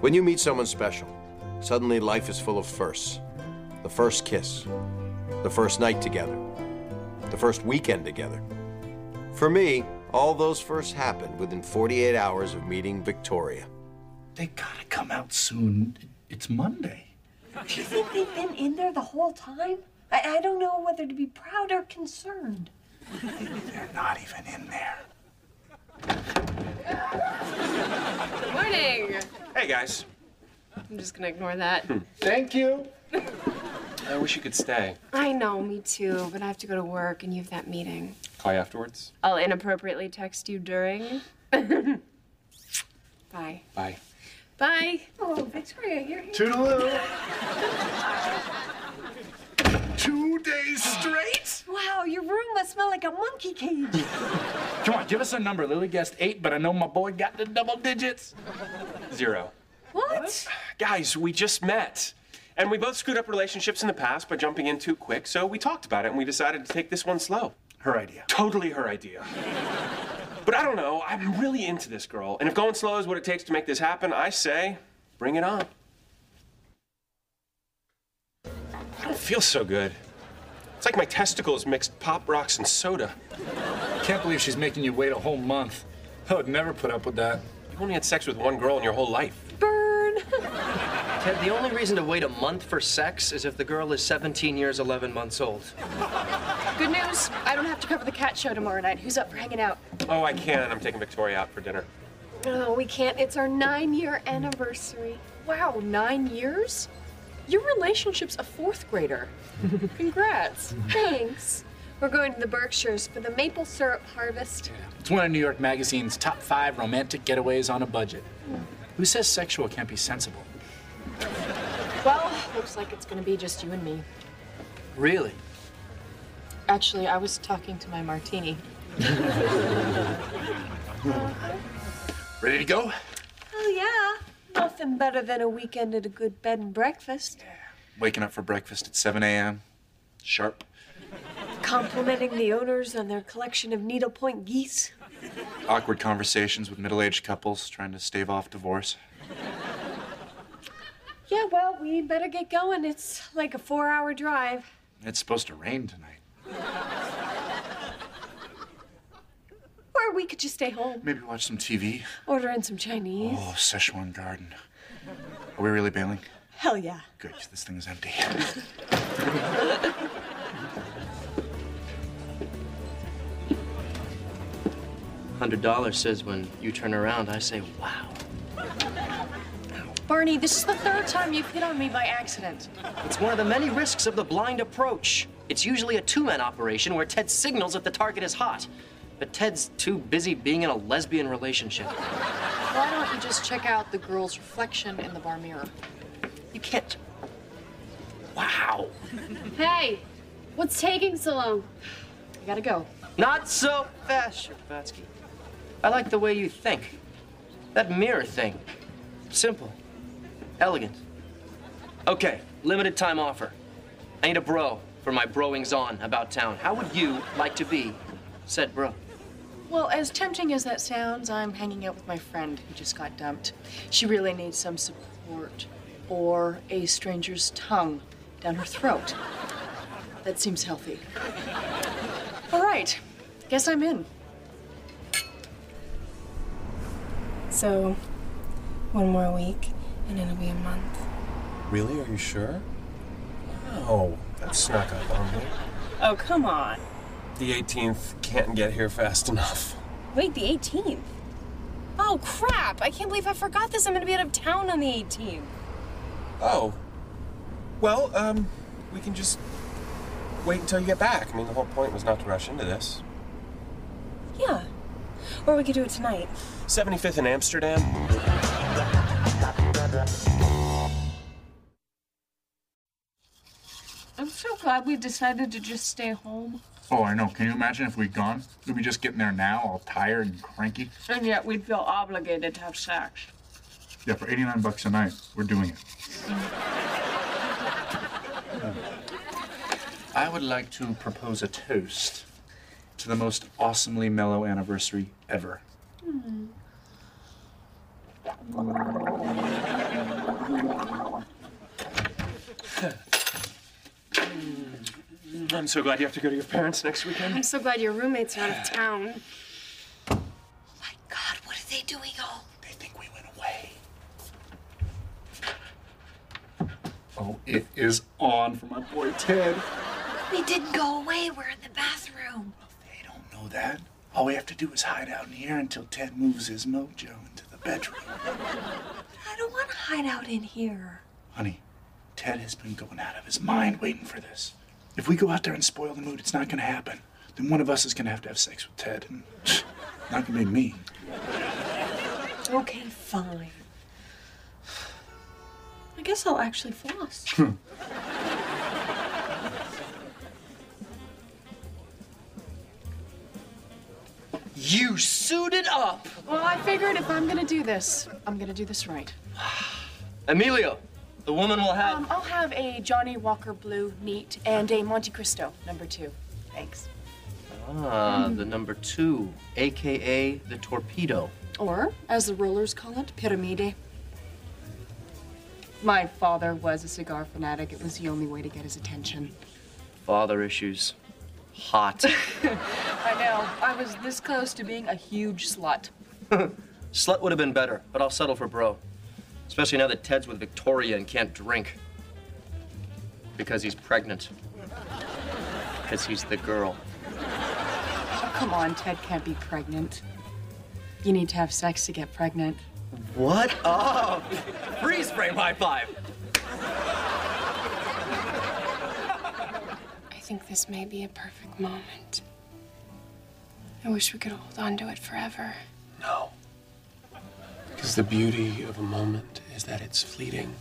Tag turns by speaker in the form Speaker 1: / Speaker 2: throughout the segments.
Speaker 1: When you meet someone special, suddenly life is full of firsts. The first kiss, the first night together, the first weekend together. For me, all those firsts happened within 48 hours of meeting Victoria.
Speaker 2: They gotta come out soon. It's Monday.
Speaker 3: Do you think they've been in there the whole time? I, I don't know whether to be proud or concerned.
Speaker 2: They're not even in there.
Speaker 4: Morning.
Speaker 5: Hey, guys.
Speaker 4: I'm just gonna ignore that.
Speaker 5: Thank you. I wish you could stay.
Speaker 4: I know, me too, but I have to go to work and you have that meeting.
Speaker 5: Call you afterwards.
Speaker 4: I'll inappropriately text you during. Bye.
Speaker 5: Bye.
Speaker 4: Bye.
Speaker 3: Oh, Victoria, you're here.
Speaker 2: Toodaloo. Two days straight?
Speaker 3: Wow, your room must smell like a monkey cage.
Speaker 2: Come on, give us a number. Lily guessed eight, but I know my boy got the double digits.
Speaker 5: Zero.
Speaker 3: What?
Speaker 5: Guys, we just met. And we both screwed up relationships in the past by jumping in too quick, so we talked about it and we decided to take this one slow.
Speaker 2: Her idea.
Speaker 5: Totally her idea. But I don't know, I'm really into this girl. And if going slow is what it takes to make this happen, I say, bring it on. I don't feel so good. It's like my testicles mixed pop rocks and soda.
Speaker 2: Can't believe she's making you wait a whole month. I would never put up with that.
Speaker 5: You've only had sex with one girl in your whole life.
Speaker 3: Burn.
Speaker 6: Ted, the only reason to wait a month for sex is if the girl is 17 years, 11 months old.
Speaker 7: Good news, I don't have to cover the cat show tomorrow night. Who's up for hanging out?
Speaker 5: Oh, I can. I'm taking Victoria out for dinner.
Speaker 7: No, we can't. It's our nine year anniversary. Wow, nine years? Your relationship's a fourth grader.
Speaker 4: Congrats.
Speaker 7: Thanks. We're going to the Berkshires for the maple syrup harvest.
Speaker 2: It's one of New York Magazine's top five romantic getaways on a budget. Who says sexual can't be sensible?
Speaker 7: Well, looks like it's gonna be just you and me.
Speaker 6: Really?
Speaker 8: Actually, I was talking to my martini.
Speaker 2: Ready to go?
Speaker 3: Hell yeah. Nothing better than a weekend at a good bed and breakfast.
Speaker 2: Waking up for breakfast at 7 a.m. Sharp.
Speaker 3: Complimenting the owners on their collection of needlepoint geese.
Speaker 2: Awkward conversations with middle aged couples trying to stave off divorce.
Speaker 3: Yeah, well, we better get going. It's like a four hour drive.
Speaker 2: It's supposed to rain tonight.
Speaker 3: Or we could just stay home,
Speaker 2: Maybe watch some TV.
Speaker 3: order in some Chinese.
Speaker 2: Oh, Szechuan Garden. Are we really bailing?
Speaker 3: Hell yeah.
Speaker 2: Good, 'cause this thing's empty.
Speaker 6: $100 says when you turn around, I say, wow.
Speaker 7: Barney, this is the third time you've hit on me by accident.
Speaker 6: It's one of the many risks of the blind approach. It's usually a two man operation where Ted signals that the target is hot. But Ted's too busy being in a lesbian relationship.
Speaker 8: Why don't you just check out the girl's reflection in the bar mirror?
Speaker 6: You can't. Wow.
Speaker 4: Hey, what's taking so long?
Speaker 8: I gotta go.
Speaker 6: Not so fast, Sherbatsky. I like the way you think. That mirror thing. Simple. Elegant. Okay, limited time offer. I need a bro for my broings on about town. How would you like to be said bro?
Speaker 8: Well, as tempting as that sounds, I'm hanging out with my friend who just got dumped. She really needs some support or a stranger's tongue down her throat. That seems healthy. All right, guess I'm in.
Speaker 4: So, one more week and it'll be a month.
Speaker 5: Really? Are you sure? No, that's snuck up on me.
Speaker 8: Oh, come on.
Speaker 5: The 18th can't get here fast enough.
Speaker 8: Wait, the 18th.
Speaker 4: Oh, crap. I can't believe I forgot this. I'm gonna be out of town on the 18th.
Speaker 5: Oh. Well, um, we can just wait until you get back. I mean, the whole point was not to rush into this.
Speaker 4: Yeah. Or we could do it tonight.
Speaker 5: 75th in Amsterdam.
Speaker 3: I'm so glad we decided to just stay home.
Speaker 2: oh, I know. Can you imagine if we'd gone? We'd be just getting there now, all tired and cranky.
Speaker 3: And yet we'd feel obligated to have sex.
Speaker 2: Yeah, for 89 bucks a night, we're doing it. I would like to propose a toast to the most awesomely mellow
Speaker 5: Hmm.
Speaker 2: anniversary ever.
Speaker 5: I'm so glad you have to go to your parents next weekend.
Speaker 4: I'm so glad your roommates are out of town.
Speaker 3: My God, what are they doing all?
Speaker 5: They think we went away.
Speaker 9: Oh, it is on for my boy Ted.
Speaker 3: We didn't go away. We're in the bathroom.
Speaker 9: They don't know that. All we have to do is hide out in here until Ted moves his mojo into the bedroom.
Speaker 3: I don't want to hide out in here.
Speaker 9: Honey, Ted has been going out of his mind waiting for this. If we go out there and spoil the mood, it's not gonna happen. Then one of us is gonna have to have sex with Ted, and not gonna be me.
Speaker 3: Okay, fine. I guess I'll actually floss.
Speaker 6: You suited up!
Speaker 8: Well, I figured if I'm gonna do this, I'm gonna do this right.
Speaker 6: Emilio, the woman will have.
Speaker 8: Um, I'll have a Johnny Walker Blue neat and a Monte Cristo number two. Thanks.
Speaker 6: Ah, the number two, aka the torpedo.
Speaker 8: Or, as the rollers call it, piramide. My father was a cigar fanatic. It was the only way to get his attention.
Speaker 6: Father issues. Hot.
Speaker 8: I know. I was this close to being a huge slut.
Speaker 6: Slut would have been better, but I'll settle for bro. Especially now that Ted's with Victoria and can't drink. Because he's pregnant. Because he's the girl.
Speaker 8: Oh, come on, Ted can't be pregnant. You need to have sex to get pregnant.
Speaker 6: What up? Freeze frame high five.
Speaker 10: I think this may be a perfect moment. I wish we could hold on to it forever.
Speaker 5: No. Because the beauty of a moment is that it's fleeting.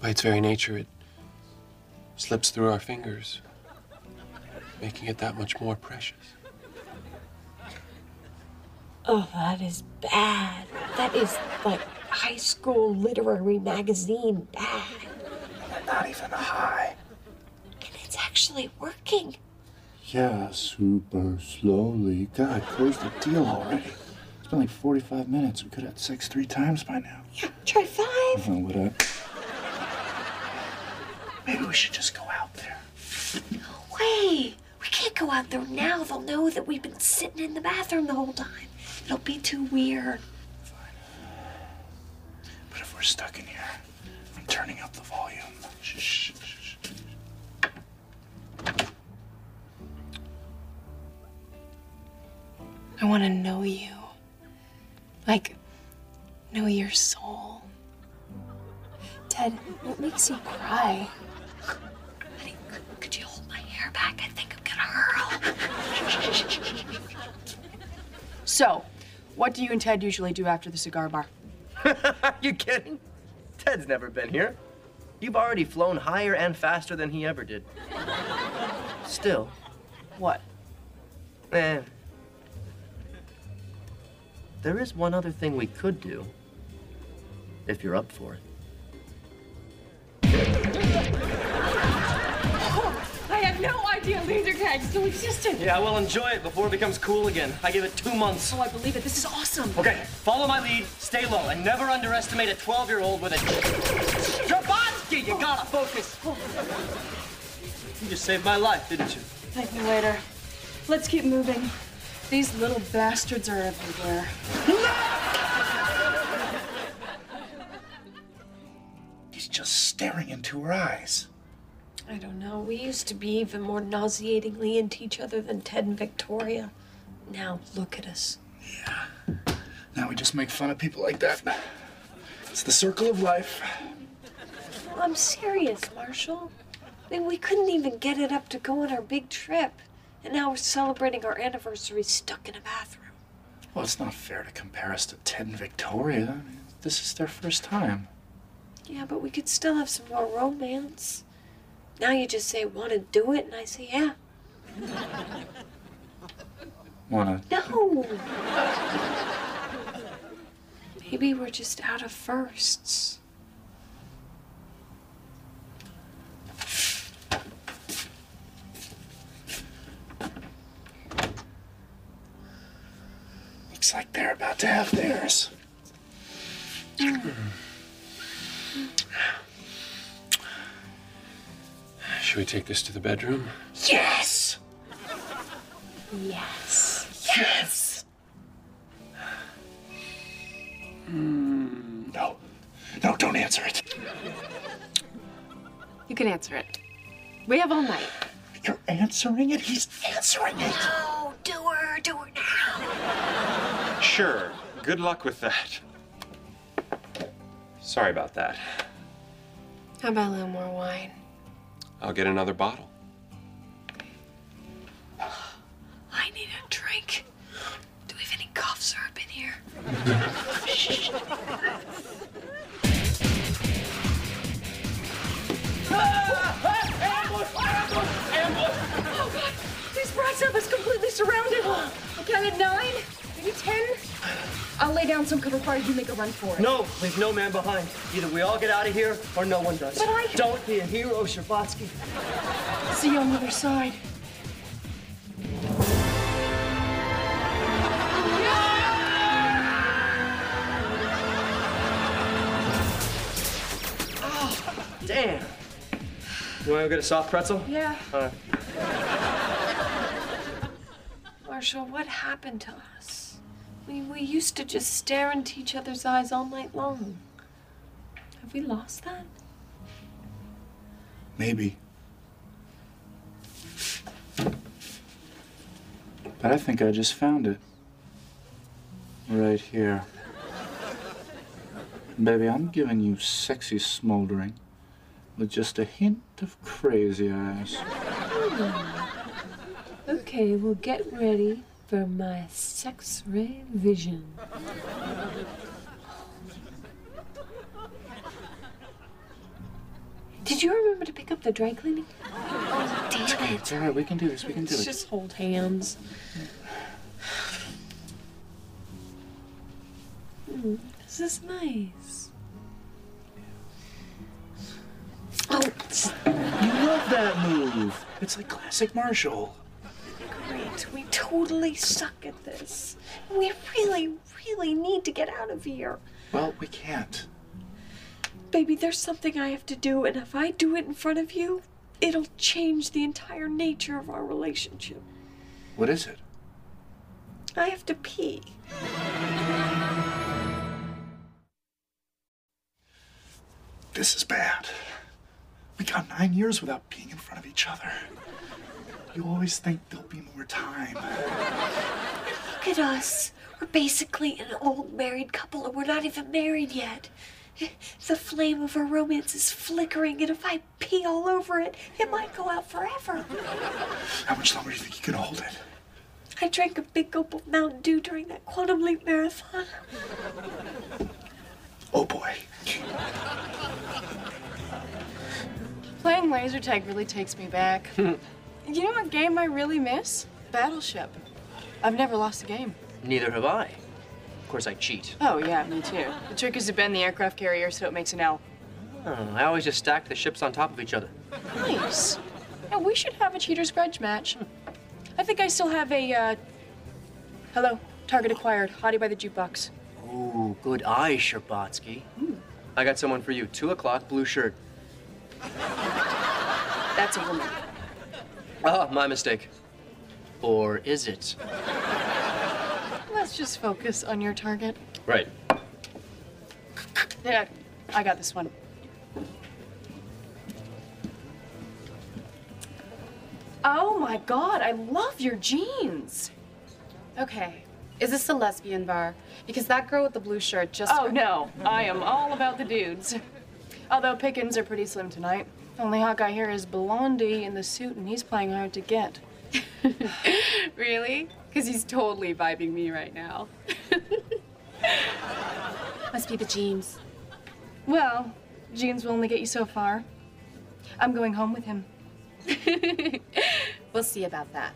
Speaker 5: By its very nature, it slips through our fingers, making it that much more precious.
Speaker 3: Oh, that is bad. That is like high school literary magazine bad.
Speaker 5: Not even a high.
Speaker 3: And it's actually working.
Speaker 9: Yeah, super slowly. God, close the deal already. It's been like 45 minutes. We could have had sex three times by now.
Speaker 3: Yeah, try five.
Speaker 9: And what up? Maybe we should just go out there.
Speaker 3: Wait, we can't go out there now. They'll know that we've been sitting in the bathroom the whole time. It'll be too weird.
Speaker 9: But if we're stuck in here, I'm turning up the volume. Shh, shh, shh, shh.
Speaker 10: I want to know you. Like, know your soul. Ted, what makes you cry?
Speaker 3: Honey, could you hold my hair back? I think I'm gonna hurl.
Speaker 8: So, what do you and Ted usually do after the cigar bar?
Speaker 6: Are you kidding? Ted's never been here. You've already flown higher and faster than he ever did. Still,
Speaker 8: What?
Speaker 6: eh. There is one other thing we could do. If you're up for it.
Speaker 4: I had no idea laser tag still existed.
Speaker 6: Yeah, well, enjoy it before it becomes cool again. I give it two months.
Speaker 4: Oh, I believe it. This is awesome.
Speaker 6: Okay, follow my lead, stay low, and never underestimate a 12 year old with a. Drabanski, you gotta focus! You just saved my life, didn't you?
Speaker 8: Thank me later. Let's keep moving. These little bastards are everywhere.
Speaker 9: He's just staring into her eyes.
Speaker 3: I don't know. We used to be even more nauseatingly into each other than Ted and Victoria. Now look at us.
Speaker 9: Now we just make fun of people like that. It's the circle of life.
Speaker 3: Well, I'm serious, Marshall. I mean, we couldn't even get it up to go on our big trip. And now we're celebrating our anniversary stuck in a bathroom.
Speaker 9: Well, it's not fair to compare us to Ted and Victoria. I mean, this is their first time.
Speaker 3: Yeah, but we could still have some more romance. Now you just say, want to do it? And I say, yeah.
Speaker 9: Wanna?
Speaker 3: No! Maybe we're just out of firsts.
Speaker 9: Looks like they're about to have theirs.
Speaker 5: Should we take this to the bedroom?
Speaker 9: Yes!
Speaker 10: Yes.
Speaker 9: Yes! No. No, don't answer it.
Speaker 10: You can answer it. We have all night.
Speaker 9: You're answering it? He's answering it!
Speaker 3: Oh, do her, do her now.
Speaker 6: Sure. Good luck with that. Sorry about that.
Speaker 2: How about a little more wine?
Speaker 5: I'll get another bottle.
Speaker 3: I need a drink. Do we have any cough syrup in here?
Speaker 4: Oh God! These brats have us completely surrounded. I counted nine, maybe ten. I'll lay down some cover fire. You make a run for it.
Speaker 6: No, leave no man behind. Either we all get out of here or no one does.
Speaker 4: But I-
Speaker 6: Don't be a hero, Sherbatsky.
Speaker 4: See you on the other side.
Speaker 6: Damn. You want to go get a soft pretzel?
Speaker 4: Yeah.
Speaker 3: Marshall, what happened to us? We, we used to just stare into each other's eyes all night long. Have we lost that?
Speaker 9: Maybe. But I think I just found it. Right here. Baby, I'm giving you sexy smoldering with just a hint of crazy eyes.
Speaker 3: Okay, well, get ready for my sex ray vision. Did you remember to pick up the dry cleaning? Oh, damn it.
Speaker 9: It's all right, we can do this, we can do
Speaker 3: Let's
Speaker 9: it.
Speaker 3: just hold hands. Hmm, this is nice. Oh, it's
Speaker 9: You love that move. It's like classic Marshall.
Speaker 3: great. We totally suck at this. We really, really need to get out of here.
Speaker 9: Well, we can't.
Speaker 3: Baby, there's something I have to do, and if I do it in front of you, it'll change the entire nature of our relationship.
Speaker 9: What is it?
Speaker 3: I have to pee.
Speaker 9: This is bad. We got nine years without being in front of each other. You always think there'll be more time.
Speaker 3: Look at us. We're basically an old married couple, and we're not even married yet. The flame of our romance is flickering, and if I pee all over it, it might go out forever.
Speaker 9: How much longer do you think you can hold it?
Speaker 3: I drank a big gulp of Mountain Dew during that Quantum Leap marathon.
Speaker 9: Oh boy.
Speaker 8: Playing laser tag really takes me back. you know what game I really miss? Battleship. I've never lost a game.
Speaker 6: Neither have I. Of course, I cheat.
Speaker 8: Oh, yeah, me too. The trick is to bend the aircraft carrier so it makes an L.
Speaker 6: Oh, I always just stack the ships on top of each other.
Speaker 8: Nice. Yeah, we should have a cheater's grudge match. I think I still have a, uh... Hello, target acquired, hottie by the jukebox.
Speaker 6: Ooh, good eye, Sherbatsky. I got someone for you. Two o'clock, blue shirt.
Speaker 8: That's a woman.
Speaker 6: Ah, my mistake. Or is it?
Speaker 8: Let's just focus on your target.
Speaker 6: Right.
Speaker 8: Yeah, I got this one. Oh my god, I love your jeans. Okay.
Speaker 11: Is this a lesbian bar? Because that girl with the blue shirt just.
Speaker 8: Oh no, I am all about the dudes. Although pickings are pretty slim tonight. Only Hawkeye here is Blondie in the suit, and he's playing hard to get.
Speaker 11: Really? Because he's totally vibing me right now.
Speaker 10: Must be the jeans.
Speaker 8: Well, jeans will only get you so far. I'm going home with him.
Speaker 11: We'll see about that.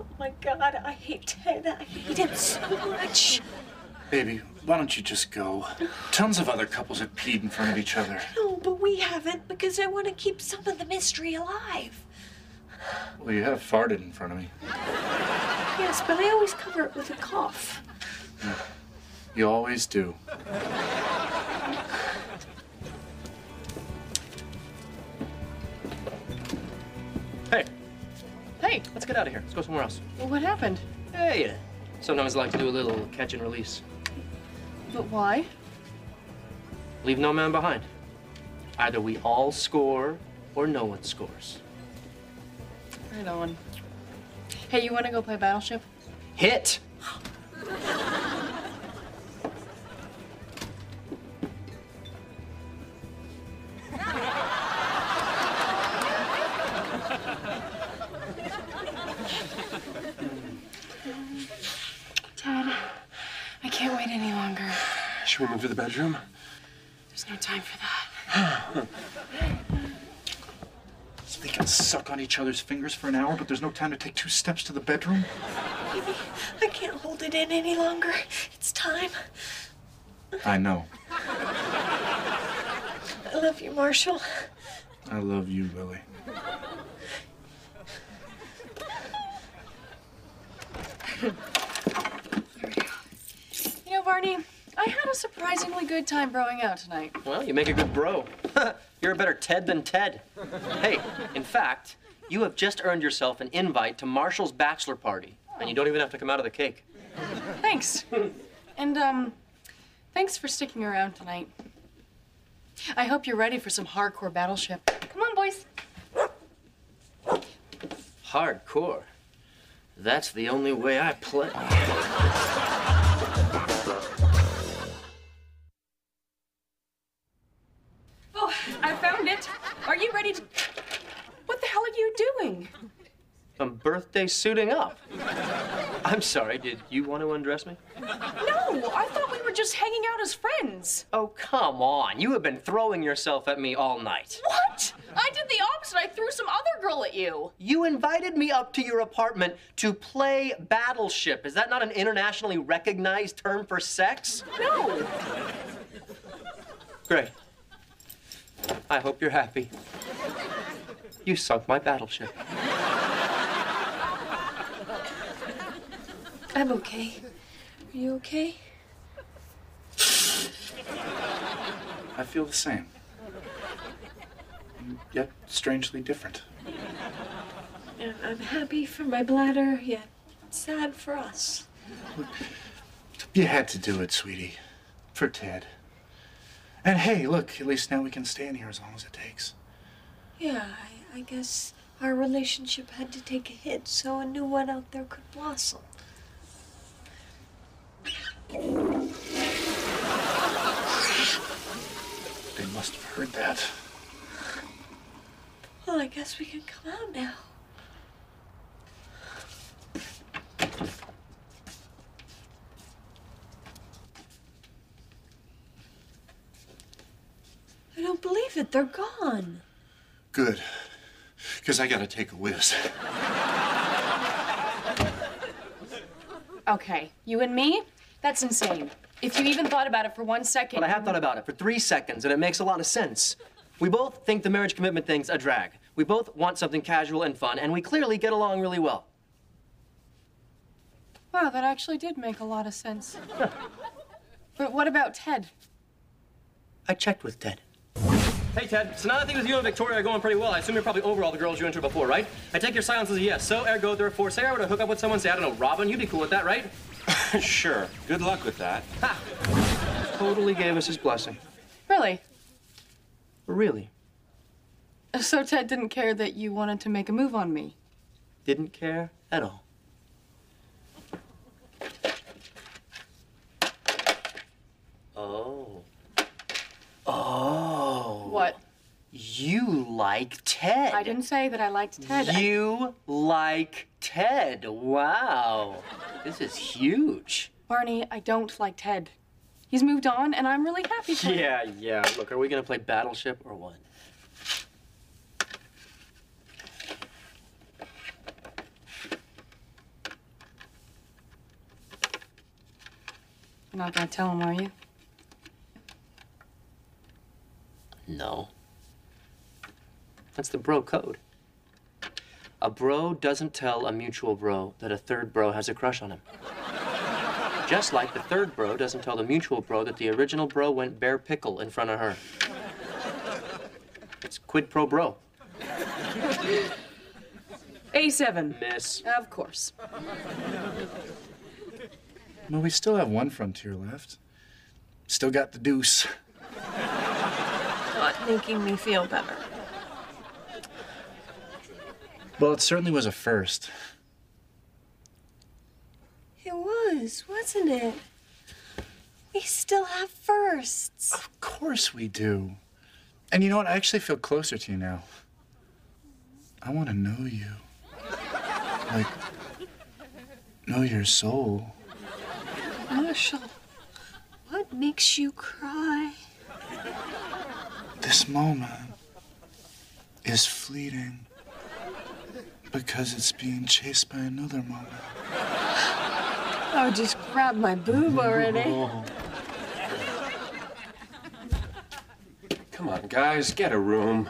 Speaker 3: Oh my god, I hate Ted. I hate him so much.
Speaker 9: Baby, why don't you just go? Tons of other couples have peed in front of each other.
Speaker 3: No, but we haven't because I want to keep some of the mystery alive.
Speaker 9: Well, you have farted in front of me.
Speaker 3: Yes, but I always cover it with a cough.
Speaker 9: You always do.
Speaker 6: Hey,
Speaker 8: Hey,
Speaker 6: let's get out of here. Let's go somewhere else.
Speaker 8: well, what happened?
Speaker 6: Hey, yeah. Sometimes I like to do a little catch and release.
Speaker 8: But why?
Speaker 6: Leave no man behind. Either we all score or no one scores.
Speaker 8: Right on. Hey, you want to go play Battleship?
Speaker 6: Hit!
Speaker 10: Ted, I can't wait any longer.
Speaker 5: Should we move to the bedroom?
Speaker 10: There's no time for that.
Speaker 9: So they can suck on each other's fingers for an hour, but there's no time to take two steps to the bedroom?
Speaker 3: Baby, I can't hold it in any longer. It's time.
Speaker 9: I know.
Speaker 3: I love you, Marshall.
Speaker 9: I love you, Lily.
Speaker 8: You know, Barney, I had a surprisingly good time growing out tonight.
Speaker 6: Well, you make a good bro. You're a better Ted than Ted. Hey, in fact, you have just earned yourself an invite to Marshall's bachelor party, and you don't even have to come out of the cake.
Speaker 8: Thanks. And, um, thanks for sticking around tonight. I hope you're ready for some hardcore battleship. Come on, boys.
Speaker 6: Hardcore. That's the only way I play.
Speaker 4: Oh, I found it. Are you ready to? What the hell are you doing?
Speaker 6: I'm birthday suiting up. I'm sorry, did you want to undress me?
Speaker 4: No, I thought we were just hanging out as friends.
Speaker 6: Oh, come on. You have been throwing yourself at me all night.
Speaker 4: What? I did the opposite. I threw some other girl at you.
Speaker 6: You invited me up to your apartment to play battleship. Is that not an internationally recognized term for sex?
Speaker 4: No.
Speaker 6: Great. I hope you're happy. You sunk my battleship.
Speaker 3: I'm okay. Are you okay?
Speaker 9: I feel the same. And Yet strangely different.
Speaker 3: Yeah, I'm happy for my bladder, yet sad for us.
Speaker 9: You had to do it, sweetie. For Ted. And hey, look, at least now we can stay in here as long as it takes.
Speaker 3: Yeah, I, I guess our relationship had to take a hit so a new one out there could blossom.
Speaker 9: They must have heard that.
Speaker 3: Well, I guess we can come out now. I don't believe it. They're gone.
Speaker 9: Good. Because I gotta take a whiz.
Speaker 8: Okay, you and me? That's insane. If you even thought about it for one second.
Speaker 6: But I have thought about it for three seconds, and it makes a lot of sense. We both think the marriage commitment thing's a drag. We both want something casual and fun, and we clearly get along really well.
Speaker 8: Wow, that actually did make a lot of sense. but what about Ted?
Speaker 6: I checked with Ted. Hey, Ted. So now that things with you and Victoria are going pretty well, I assume you're probably over all the girls you entered before, right? I take your silence as a yes. So, ergo, therefore, say I were to hook up with someone, say, I don't know, Robin, you'd be cool with that, right?
Speaker 12: sure. Good luck with that.
Speaker 6: Totally gave us his blessing.
Speaker 8: Really?
Speaker 6: Really?
Speaker 8: So Ted didn't care that you wanted to make a move on me.
Speaker 6: Didn't care at all. Oh. Oh.
Speaker 8: What?
Speaker 6: You like Ted.
Speaker 8: I didn't say that I liked Ted. I-
Speaker 6: You like Ted. Wow. This is huge.
Speaker 8: Barney, I don't like Ted. He's moved on, and I'm really happy for him.
Speaker 6: Yeah, yeah. Look, are we gonna play Battleship or what?
Speaker 8: You're not gonna tell him, are you?
Speaker 6: No. That's the bro code. A bro doesn't tell a mutual bro that a third bro has a crush on him. Just like the third bro doesn't tell the mutual bro that the original bro went bare pickle in front of her. It's quid pro bro.
Speaker 8: A7.
Speaker 6: Miss.
Speaker 8: Of course.
Speaker 9: Well, we still have one frontier left. Still got the deuce.
Speaker 8: Not making me feel better.
Speaker 9: Well, it certainly was a first.
Speaker 3: It was, wasn't it? We still have firsts.
Speaker 9: Of course we do. And you know what? I actually feel closer to you now. I want to know you. Like, know your soul.
Speaker 3: Marshall, what makes you cry?
Speaker 9: This moment is fleeting because it's being chased by another moment.
Speaker 8: Oh, just grab my boob already.
Speaker 5: Come on, guys, get a room.